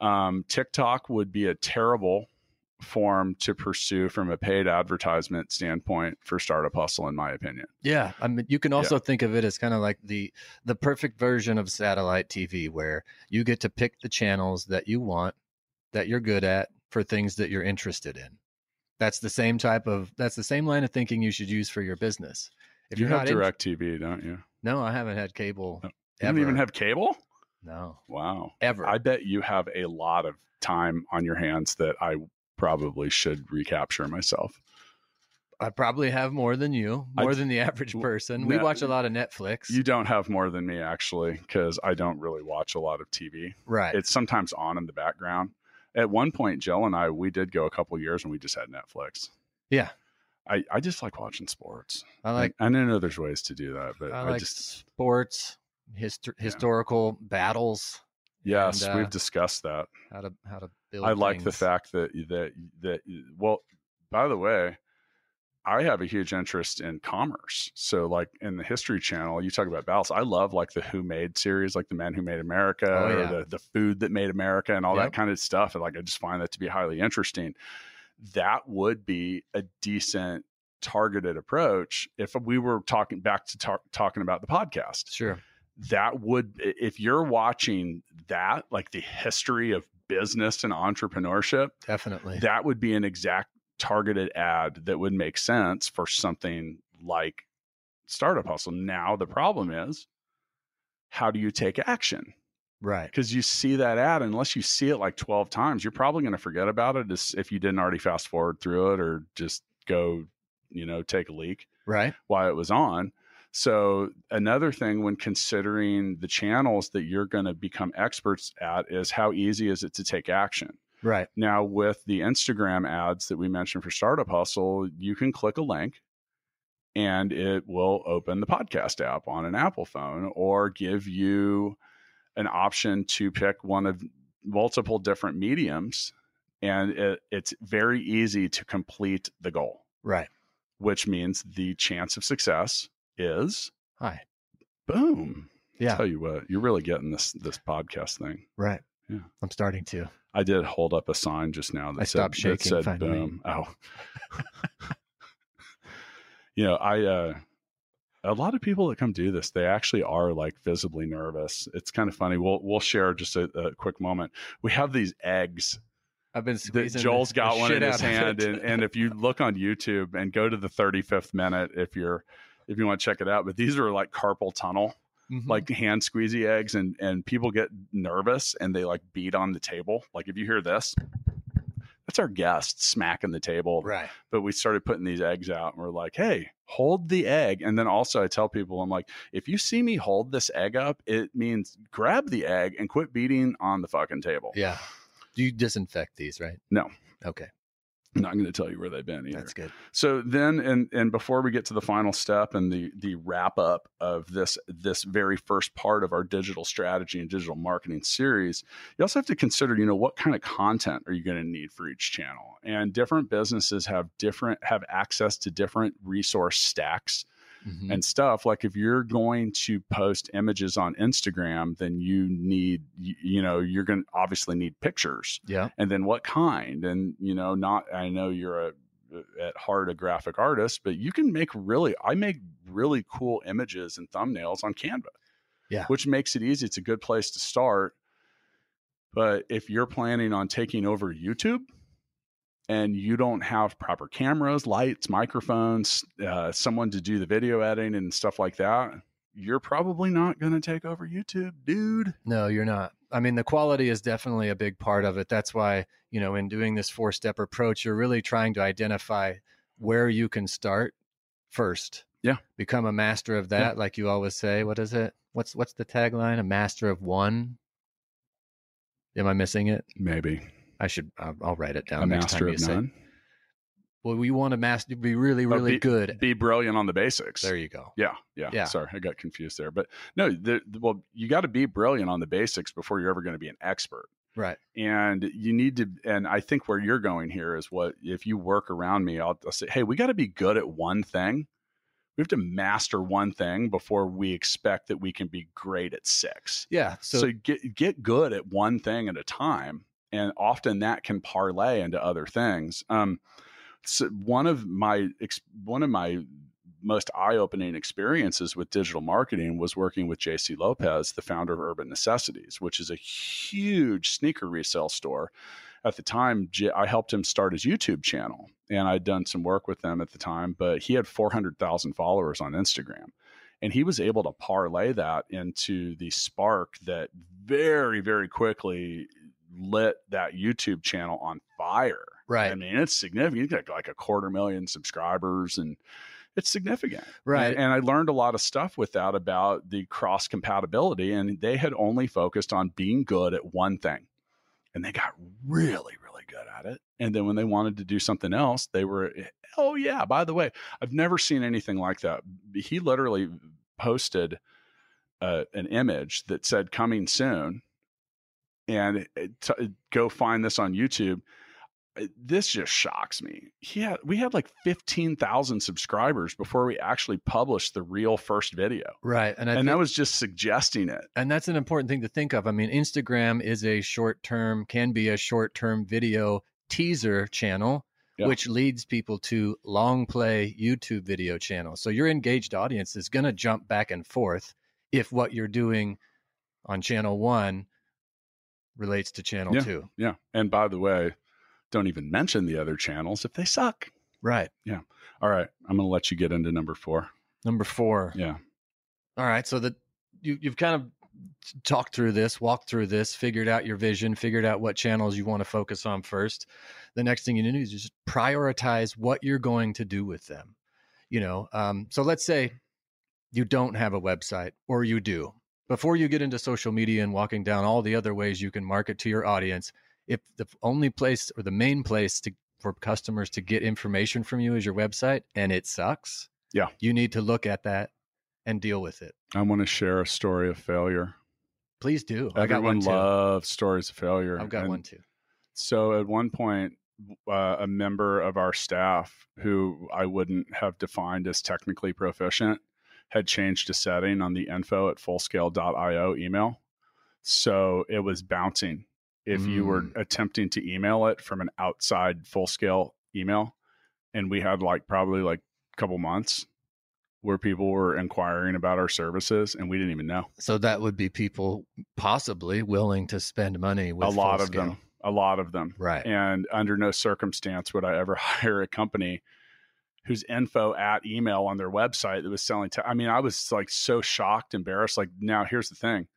Speaker 2: Um, TikTok would be a terrible form to pursue from a paid advertisement standpoint for Startup Hustle, in my opinion.
Speaker 3: Yeah, I mean, you can also think of it as kind of like the the perfect version of satellite TV, where you get to pick the channels that you want, that you're good at, for things that you're interested in. That's the same type of that's the same line of thinking you should use for your business. If
Speaker 2: you
Speaker 3: you're
Speaker 2: have
Speaker 3: not in-
Speaker 2: direct TV, don't you? You
Speaker 3: no, I haven't had cable.
Speaker 2: No.
Speaker 3: Ever.
Speaker 2: don't even have cable?
Speaker 3: no
Speaker 2: Wow.
Speaker 3: ever.
Speaker 2: I bet you have a lot of time on your hands that I probably should recapture myself.
Speaker 3: I probably have more than you,
Speaker 2: I-
Speaker 3: more than the average
Speaker 2: w-
Speaker 3: person. We
Speaker 2: no,
Speaker 3: watch a lot of Netflix,
Speaker 2: You don't have more than me actually, because I don't really watch a lot of TV.
Speaker 3: right?
Speaker 2: it's sometimes on in the background. At one point, Jill and I, we did go a couple years and we just had Netflix.
Speaker 3: Yeah.
Speaker 2: I, I just like watching sports.
Speaker 3: I
Speaker 2: I
Speaker 3: like
Speaker 2: I know there's ways to do that, but
Speaker 3: I
Speaker 2: I,
Speaker 3: like
Speaker 2: just,
Speaker 3: sports, hist- historical battles,
Speaker 2: yes,
Speaker 3: and, uh,
Speaker 2: we've discussed that.
Speaker 3: how to how to build.
Speaker 2: I like the
Speaker 3: things.
Speaker 2: fact that, that, that, well, by the way, I have a huge interest in commerce. So, like in the History Channel, you talk about battles. I love like the Who Made series, like the Men Who Made America,
Speaker 3: Oh, yeah.
Speaker 2: or the the food that made America, and all
Speaker 3: Yep.
Speaker 2: that kind of stuff. And like, I just find that to be highly interesting. That would be a decent targeted approach if we were talking back to talk, talking about the podcast
Speaker 3: Sure.
Speaker 2: that would if you're watching that like the history of business and entrepreneurship
Speaker 3: Definitely.
Speaker 2: that would be an exact targeted ad that would make sense for something like startup hustle now the problem is how do you take action
Speaker 3: right.
Speaker 2: because you see that ad unless you see it like 12 times you're probably going to forget about it as- if you didn't already fast forward through it or just go you know take a leak
Speaker 3: Right.
Speaker 2: while it was on. So another thing when considering the channels that you're going to become experts at is how easy is it to take action?
Speaker 3: Right.
Speaker 2: Now with the Instagram ads that we mentioned for Startup Hustle, you can click a link and it will open the podcast app on an Apple phone or give you an option to pick one of multiple different mediums and it, it's very easy to complete the goal
Speaker 3: Right.
Speaker 2: which means the chance of success is
Speaker 3: Hi.
Speaker 2: boom.
Speaker 3: Yeah.
Speaker 2: Tell you what, you're really getting this this podcast thing.
Speaker 3: Right.
Speaker 2: Yeah.
Speaker 3: I'm starting to.
Speaker 2: I did hold up a sign just now that
Speaker 3: I
Speaker 2: said,
Speaker 3: stopped
Speaker 2: that
Speaker 3: shaking,
Speaker 2: said
Speaker 3: finally.
Speaker 2: boom. Oh. you know, I uh a lot of people that come do this, they actually are like visibly nervous. It's kind of funny. We'll we'll share just a, a quick moment. We have these eggs
Speaker 3: I've been
Speaker 2: that
Speaker 3: squeezing.
Speaker 2: Joel's
Speaker 3: the-
Speaker 2: got
Speaker 3: the
Speaker 2: one in
Speaker 3: shit
Speaker 2: his
Speaker 3: out of
Speaker 2: hand,
Speaker 3: it.
Speaker 2: and, and if you look on YouTube and go to the 35th minute, if you're if you want to check it out, but these are like carpal tunnel,
Speaker 3: Mhm.
Speaker 2: like hand squeezy eggs, and and people get nervous and they like beat on the table. Like if you hear this, that's our guest smacking the table.
Speaker 3: right.
Speaker 2: But we started putting these eggs out, and we're like, hey, hold the egg. And then also I tell people, I'm like, if you see me hold this egg up, it means grab the egg and quit beating on the fucking table.
Speaker 3: Yeah. Do you disinfect these? Right.
Speaker 2: No.
Speaker 3: Okay.
Speaker 2: I'm not going to tell you where they've been either.
Speaker 3: That's good.
Speaker 2: So then, and and before we get to the final step and the the wrap up of this this very first part of our digital strategy and digital marketing series, you also have to consider, you know, what kind of content are you going to need for each channel? And different businesses have different have access to different resource stacks
Speaker 3: Mhm.
Speaker 2: and stuff. Like if you're going to post images on Instagram, then you need you, you know you're going to obviously need pictures
Speaker 3: yeah.
Speaker 2: and then what kind and you know not i know you're a uh, at heart a graphic artist but you can make really i make really cool images and thumbnails on canva
Speaker 3: Yeah.
Speaker 2: which makes it easy it's a good place to start but if you're planning on taking over youtube and you don't have proper cameras lights microphones uh, someone to do the video editing and stuff like that you're probably not going to take over youtube dude
Speaker 3: No, you're not. I mean, the quality is definitely a big part of it. That's why, you know, in doing this four step approach, you're really trying to identify where you can start first.
Speaker 2: Yeah.
Speaker 3: Become a master of that, like you always say. What is it? What's what's the tagline? A master of one? Am I missing it?
Speaker 2: maybe
Speaker 3: I should. I'll, I'll write it down.
Speaker 2: a
Speaker 3: next
Speaker 2: master
Speaker 3: time
Speaker 2: of
Speaker 3: you say-
Speaker 2: none
Speaker 3: Well, we want to master. Be really, really
Speaker 2: be-
Speaker 3: good.
Speaker 2: be brilliant on the basics.
Speaker 3: there you go.
Speaker 2: yeah, yeah,
Speaker 3: Yeah.
Speaker 2: Sorry, I got confused there. But no, the, the- well, you got to be brilliant on the basics before you're ever going to be an expert.
Speaker 3: Right.
Speaker 2: And you need to, and I think where you're going here is what if you work around me, I'll, I'll say, hey, we got to be good at one thing. We have to master one thing before we expect that we can be great at six.
Speaker 3: Yeah.
Speaker 2: So,
Speaker 3: So,
Speaker 2: get get good at one thing at a time, and often that can parlay into other things. Um, so one of my ex- one of my most eye opening experiences with digital marketing was working with JC Lopez, the founder of Urban Necessities, which is a huge sneaker resale store. At the time, J- I helped him start his YouTube channel, and I'd done some work with them at the time, but he had 400,000 followers on Instagram and he was able to parlay that into the spark that very very quickly lit that youtube channel on fire
Speaker 3: Right.
Speaker 2: i mean it's significant he's got like a quarter million subscribers and it's significant
Speaker 3: right.
Speaker 2: and, and i learned a lot of stuff with that about the cross compatibility and they had only focused on being good at one thing and they got really really good at it and then when they wanted to do something else they were oh yeah by the way i've never seen anything like that he literally posted uh, an image that said coming soon and it t- go find this on youtube Uh, this just shocks me he had, we had like 15000 subscribers before we actually published the real first video
Speaker 3: right. And I
Speaker 2: and
Speaker 3: think-
Speaker 2: that was just suggesting it
Speaker 3: and that's an important thing to think of. I mean, Instagram is a short term, can be a short term video teaser channel,
Speaker 2: Yeah.
Speaker 3: which leads people to long play YouTube video channels. So your engaged audience is going to jump back and forth if what you're doing on channel one relates to channel two.
Speaker 2: yeah and by the way don't even mention the other channels if they suck
Speaker 3: Right.
Speaker 2: all right i'm gonna let you get into number four
Speaker 3: Number four.
Speaker 2: yeah
Speaker 3: All right. So that you, you've kind of talked through this, walked through this, figured out your vision, figured out what channels you want to focus on first. The next thing you need to do is just prioritize what you're going to do with them. you know um, so let's say you don't have a website or you do before you get into social media and walking down all the other ways you can market to your audience if the only place or the main place to for customers to get information from you is your website and it sucks
Speaker 2: Yeah.
Speaker 3: you need to look at that and deal with it
Speaker 2: I want to share a story of failure.
Speaker 3: please do i got
Speaker 2: Everyone
Speaker 3: one too
Speaker 2: loves stories of failure.
Speaker 3: i've got
Speaker 2: And
Speaker 3: one too
Speaker 2: So at one point, uh, a member of our staff who I wouldn't have defined as technically proficient had changed a setting on the info at fullscale.io email. So it was bouncing if you were
Speaker 3: Mm.
Speaker 2: attempting to email it from an outside full scale email. And we had like probably like a couple months where people were inquiring about our services and we didn't even know.
Speaker 3: so that would be people possibly willing to spend money with
Speaker 2: a lot
Speaker 3: full
Speaker 2: of them.
Speaker 3: scale.
Speaker 2: A lot of them.
Speaker 3: right
Speaker 2: and under no circumstance would I ever hire a company whose info at email on their website that was selling to I mean I was like so shocked embarrassed like now here's the thing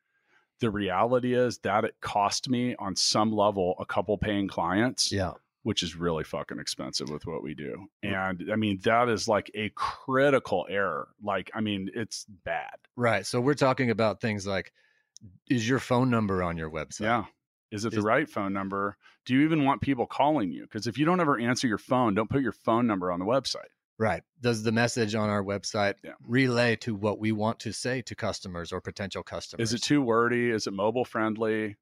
Speaker 2: the reality is that it cost me on some level a couple paying clients
Speaker 3: yeah
Speaker 2: which is really fucking expensive with what we do and I mean that is like a critical error like I mean it's bad
Speaker 3: Right. So we're talking about things like is your phone number on your website?
Speaker 2: yeah is it the
Speaker 3: Is-
Speaker 2: right phone number? Do you even want people calling you? Because if you don't ever answer your phone, don't put your phone number on the website.
Speaker 3: Right. Does the message on our website
Speaker 2: Yeah.
Speaker 3: relay to what we want to say to customers or potential customers?
Speaker 2: Is it too wordy? Is it mobile friendly?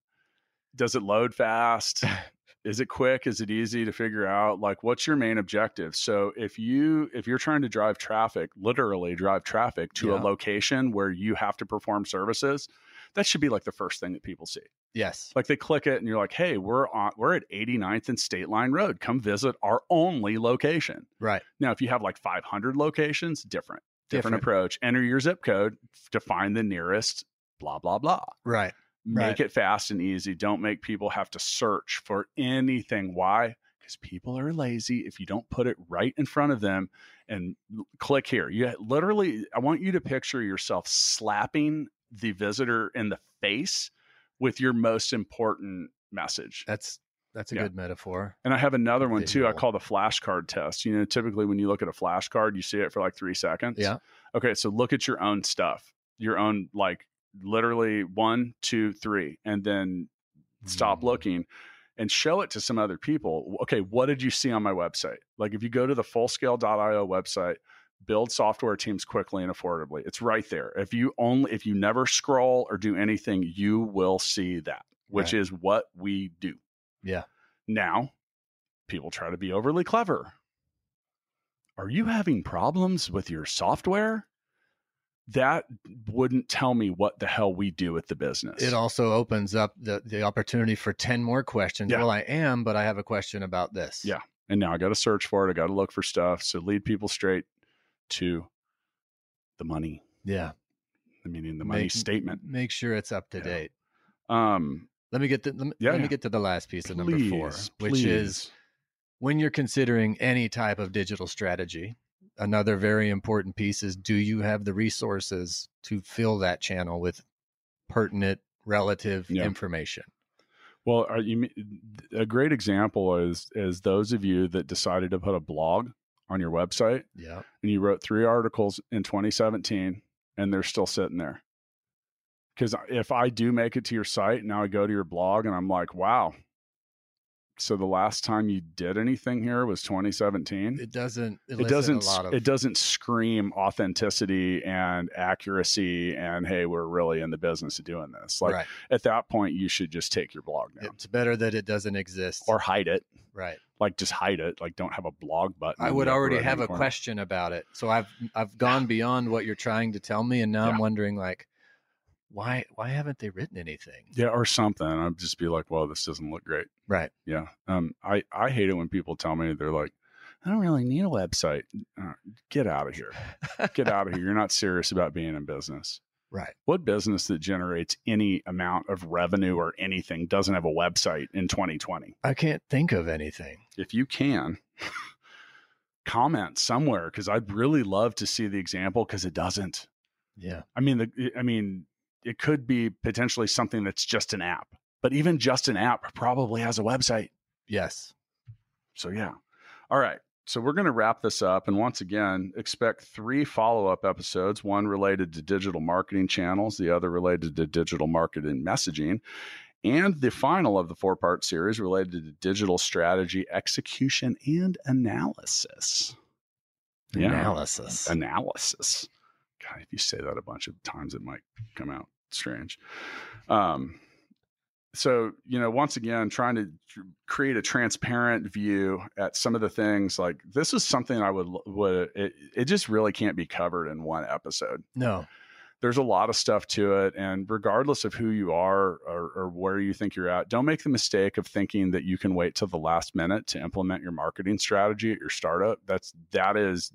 Speaker 2: Does it load fast? Is it quick? Is it easy to figure out? Like what's your main objective? So if you if you're trying to drive traffic, literally drive traffic to a
Speaker 3: Yeah.
Speaker 2: location where you have to perform services, that should be like the first thing that people see.
Speaker 3: Yes.
Speaker 2: Like they click it and you're like, "Hey, we're on we're at 89th and State Line Road. Come visit our only location."
Speaker 3: Right.
Speaker 2: Now, if you have like 500 locations, different. Different
Speaker 3: Different.
Speaker 2: approach. Enter your zip code to find the nearest blah blah blah
Speaker 3: Right.
Speaker 2: make
Speaker 3: Right.
Speaker 2: it fast and easy don't make people have to search for anything why because people are lazy if you don't put it right in front of them and l- click here you ha- literally i want you to picture yourself slapping the visitor in the face with your most important message
Speaker 3: That's that's a
Speaker 2: Yeah.
Speaker 3: good metaphor.
Speaker 2: and i have another one too i
Speaker 3: Visual.
Speaker 2: call the flashcard test you know typically when you look at a flashcard you see it for like three seconds
Speaker 3: Yeah.
Speaker 2: okay so look at your own stuff your own like literally one two three and then stop
Speaker 3: Mm.
Speaker 2: looking and show it to some other people okay what did you see on my website like if you go to the fullscale.io website build software teams quickly and affordably it's right there if you only if you never scroll or do anything you will see that which
Speaker 3: Right.
Speaker 2: is what we do
Speaker 3: Yeah.
Speaker 2: now people try to be overly clever are you having problems with your software that wouldn't tell me what the hell we do with the business
Speaker 3: It also opens up the, the opportunity for 10 more questions.
Speaker 2: Yeah.
Speaker 3: Well, I am, but I have a question about this.
Speaker 2: Yeah. and now I got to search for it. I got to look for stuff. So lead people straight to the money,
Speaker 3: Yeah.
Speaker 2: I mean, the money
Speaker 3: Make-
Speaker 2: statement.
Speaker 3: Make sure it's up to
Speaker 2: Yeah.
Speaker 3: date.
Speaker 2: Um,
Speaker 3: Let me get to, let me,
Speaker 2: Yeah,
Speaker 3: let me
Speaker 2: yeah.
Speaker 3: get to the last piece of number 4,
Speaker 2: please,
Speaker 3: which is
Speaker 2: please.
Speaker 3: when you're considering any type of digital strategy, another very important piece is do you have the resources to fill that channel with pertinent relative
Speaker 2: Yeah.
Speaker 3: information?
Speaker 2: well, are you a great example is is those of you that decided to put a blog on your website
Speaker 3: Yeah.
Speaker 2: and you wrote three articles in 2017 and they're still sitting there. Because if I do make it to your site, now I go to your blog and I'm like, wow. So the last time you did anything here was 2017.
Speaker 3: It doesn't
Speaker 2: Mm. it doesn't
Speaker 3: a lot of
Speaker 2: it doesn't scream authenticity and accuracy and hey we're really in the business of doing this like
Speaker 3: right.
Speaker 2: at that point you should just take your blog down
Speaker 3: It's better that it doesn't exist.
Speaker 2: or hide it
Speaker 3: right.
Speaker 2: like just hide it like don't have a blog button
Speaker 3: I
Speaker 2: in
Speaker 3: would
Speaker 2: the upper
Speaker 3: already
Speaker 2: right-hand
Speaker 3: have a
Speaker 2: corner.
Speaker 3: question about it. So I've I've gone beyond what you're trying to tell me and now
Speaker 2: Yeah.
Speaker 3: I'm wondering like why why haven't they written anything?
Speaker 2: yeah or something i'd just be like well this doesn't look great
Speaker 3: Right.
Speaker 2: yeah um i i hate it when people tell me they're like i don't really need a website Uh, get out of here get out of here you're not serious about being in business
Speaker 3: Right.
Speaker 2: what business that generates any amount of revenue or anything doesn't have a website in 2020
Speaker 3: I can't think of anything.
Speaker 2: if you can comment somewhere because i'd really love to see the example because it doesn't
Speaker 3: Yeah.
Speaker 2: i mean the i mean it could be potentially something that's just an app but even just an app probably has a website
Speaker 3: Yes.
Speaker 2: so yeah all right So we're going to wrap this up. And once again, expect three follow up episodes one related to digital marketing channels, the other related to digital marketing messaging, and the final of the four part series related to digital strategy, execution, and analysis. Yeah.
Speaker 3: Analysis.
Speaker 2: Analysis. God, if you say that a bunch of times, it might come out strange. Um, so you know once again trying to create a transparent view at some of the things like this is something i would would it, it just really can't be covered in one episode
Speaker 3: No.
Speaker 2: there's a lot of stuff to it and regardless of who you are or, or where you think you're at don't make the mistake of thinking that you can wait till the last minute to implement your marketing strategy at your startup that's that is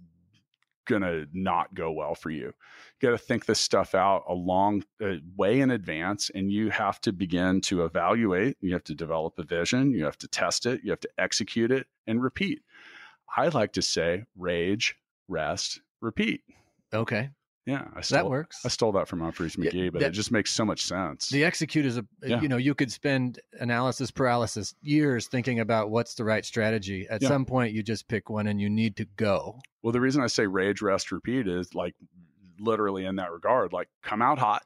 Speaker 2: gonna not go well for you you got to think this stuff out a long uh, way in advance and you have to begin to evaluate you have to develop a vision you have to test it you have to execute it and repeat i like to say rage rest repeat
Speaker 3: Okay.
Speaker 2: yeah I
Speaker 3: that
Speaker 2: still-
Speaker 3: works.
Speaker 2: I stole that from Humphreys
Speaker 3: Yeah,
Speaker 2: McGee, but
Speaker 3: that-
Speaker 2: it just makes so much sense.
Speaker 3: The execute is a, uh,
Speaker 2: Yeah.
Speaker 3: you know, you could spend analysis paralysis years thinking about what's the right strategy. At
Speaker 2: Yeah.
Speaker 3: some point, you just pick one and you need to go.
Speaker 2: well, the reason I say rage, rest, repeat is like literally in that regard, like come out hot.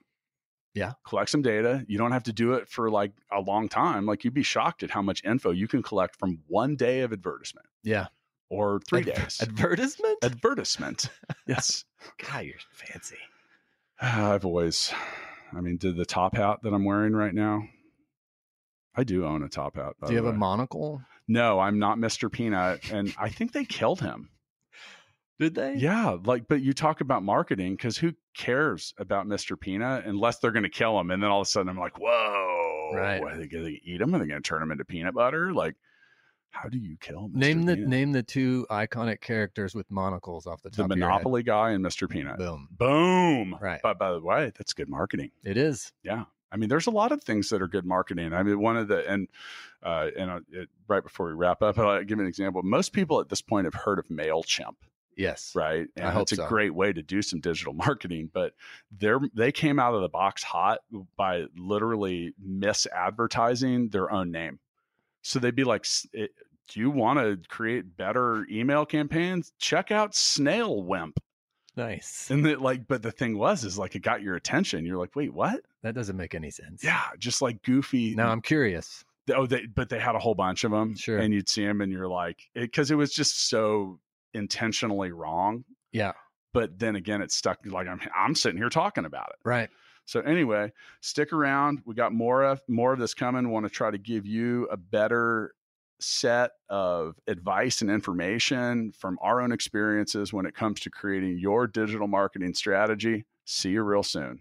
Speaker 3: Yeah.
Speaker 2: Collect some data. You don't have to do it for like a long time. Like you'd be shocked at how much info you can collect from one day of advertisement
Speaker 3: Yeah.
Speaker 2: or three
Speaker 3: Adver-
Speaker 2: days.
Speaker 3: Advertisement?
Speaker 2: advertisement. yes.
Speaker 3: God, you're fancy.
Speaker 2: I've always, I mean, did the top hat that I'm wearing right now? I do own a top hat. By
Speaker 3: Do you
Speaker 2: the
Speaker 3: have a
Speaker 2: way.
Speaker 3: monocle?
Speaker 2: No, I'm not Mr. Peanut. And I think they killed him.
Speaker 3: Did they?
Speaker 2: Yeah, like, but you talk about marketing because who cares about Mr. Peanut unless they're going to kill him? And then all of a sudden, I'm like, whoa,
Speaker 3: Right.
Speaker 2: what, are they going to eat him? Are they going to turn him into peanut butter? Like, how do you kill Mr.
Speaker 3: Name the
Speaker 2: Peanut?
Speaker 3: name the two iconic characters with monocles off the
Speaker 2: the
Speaker 3: top
Speaker 2: Monopoly guy and Mr.
Speaker 3: of
Speaker 2: Peanut.
Speaker 3: your head. Boom.
Speaker 2: Boom.
Speaker 3: Right.
Speaker 2: But by the way, that's good marketing.
Speaker 3: It is.
Speaker 2: I mean, there's a lot of things that are good marketing. I mean, one of the and uh, and uh, it, right before we wrap up, I'll give you an example. Most people at this point have heard of Mailchimp.
Speaker 3: Yes.
Speaker 2: right?
Speaker 3: I
Speaker 2: And
Speaker 3: hope
Speaker 2: it's a
Speaker 3: so.
Speaker 2: great way to do some digital marketing, but they're they came out of the box hot by literally misadvertising their own name. So they'd be like, "S- it- "Do you want to create better email campaigns? Check out Snail Wimp."
Speaker 3: Nice.
Speaker 2: And it like, but the thing was, is like it got your attention. You're like, "Wait, what?"
Speaker 3: That doesn't make any sense.
Speaker 2: Yeah, just like goofy.
Speaker 3: Now I'm curious.
Speaker 2: oh, they but they had a whole bunch of them,
Speaker 3: Sure.
Speaker 2: And you'd see them, and you're like, because it was just so intentionally wrong
Speaker 3: Yeah.
Speaker 2: but then again it's stuck like I'm I'm sitting here talking about it.
Speaker 3: Right.
Speaker 2: So anyway, stick around. We got more of more of this coming. Want to try to give you a better set of advice and information from our own experiences when it comes to creating your digital marketing strategy. See you real soon.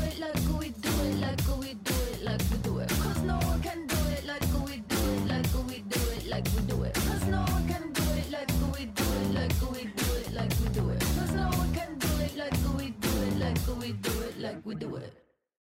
Speaker 1: it like we do it, like we do it, like we do it. Cause no one can do it like we do it, like we do it, like we do it. Cause no one can do it like we do it, like we do it, like we do it. Cause no one can do it like we do it, like we do it, like we do it.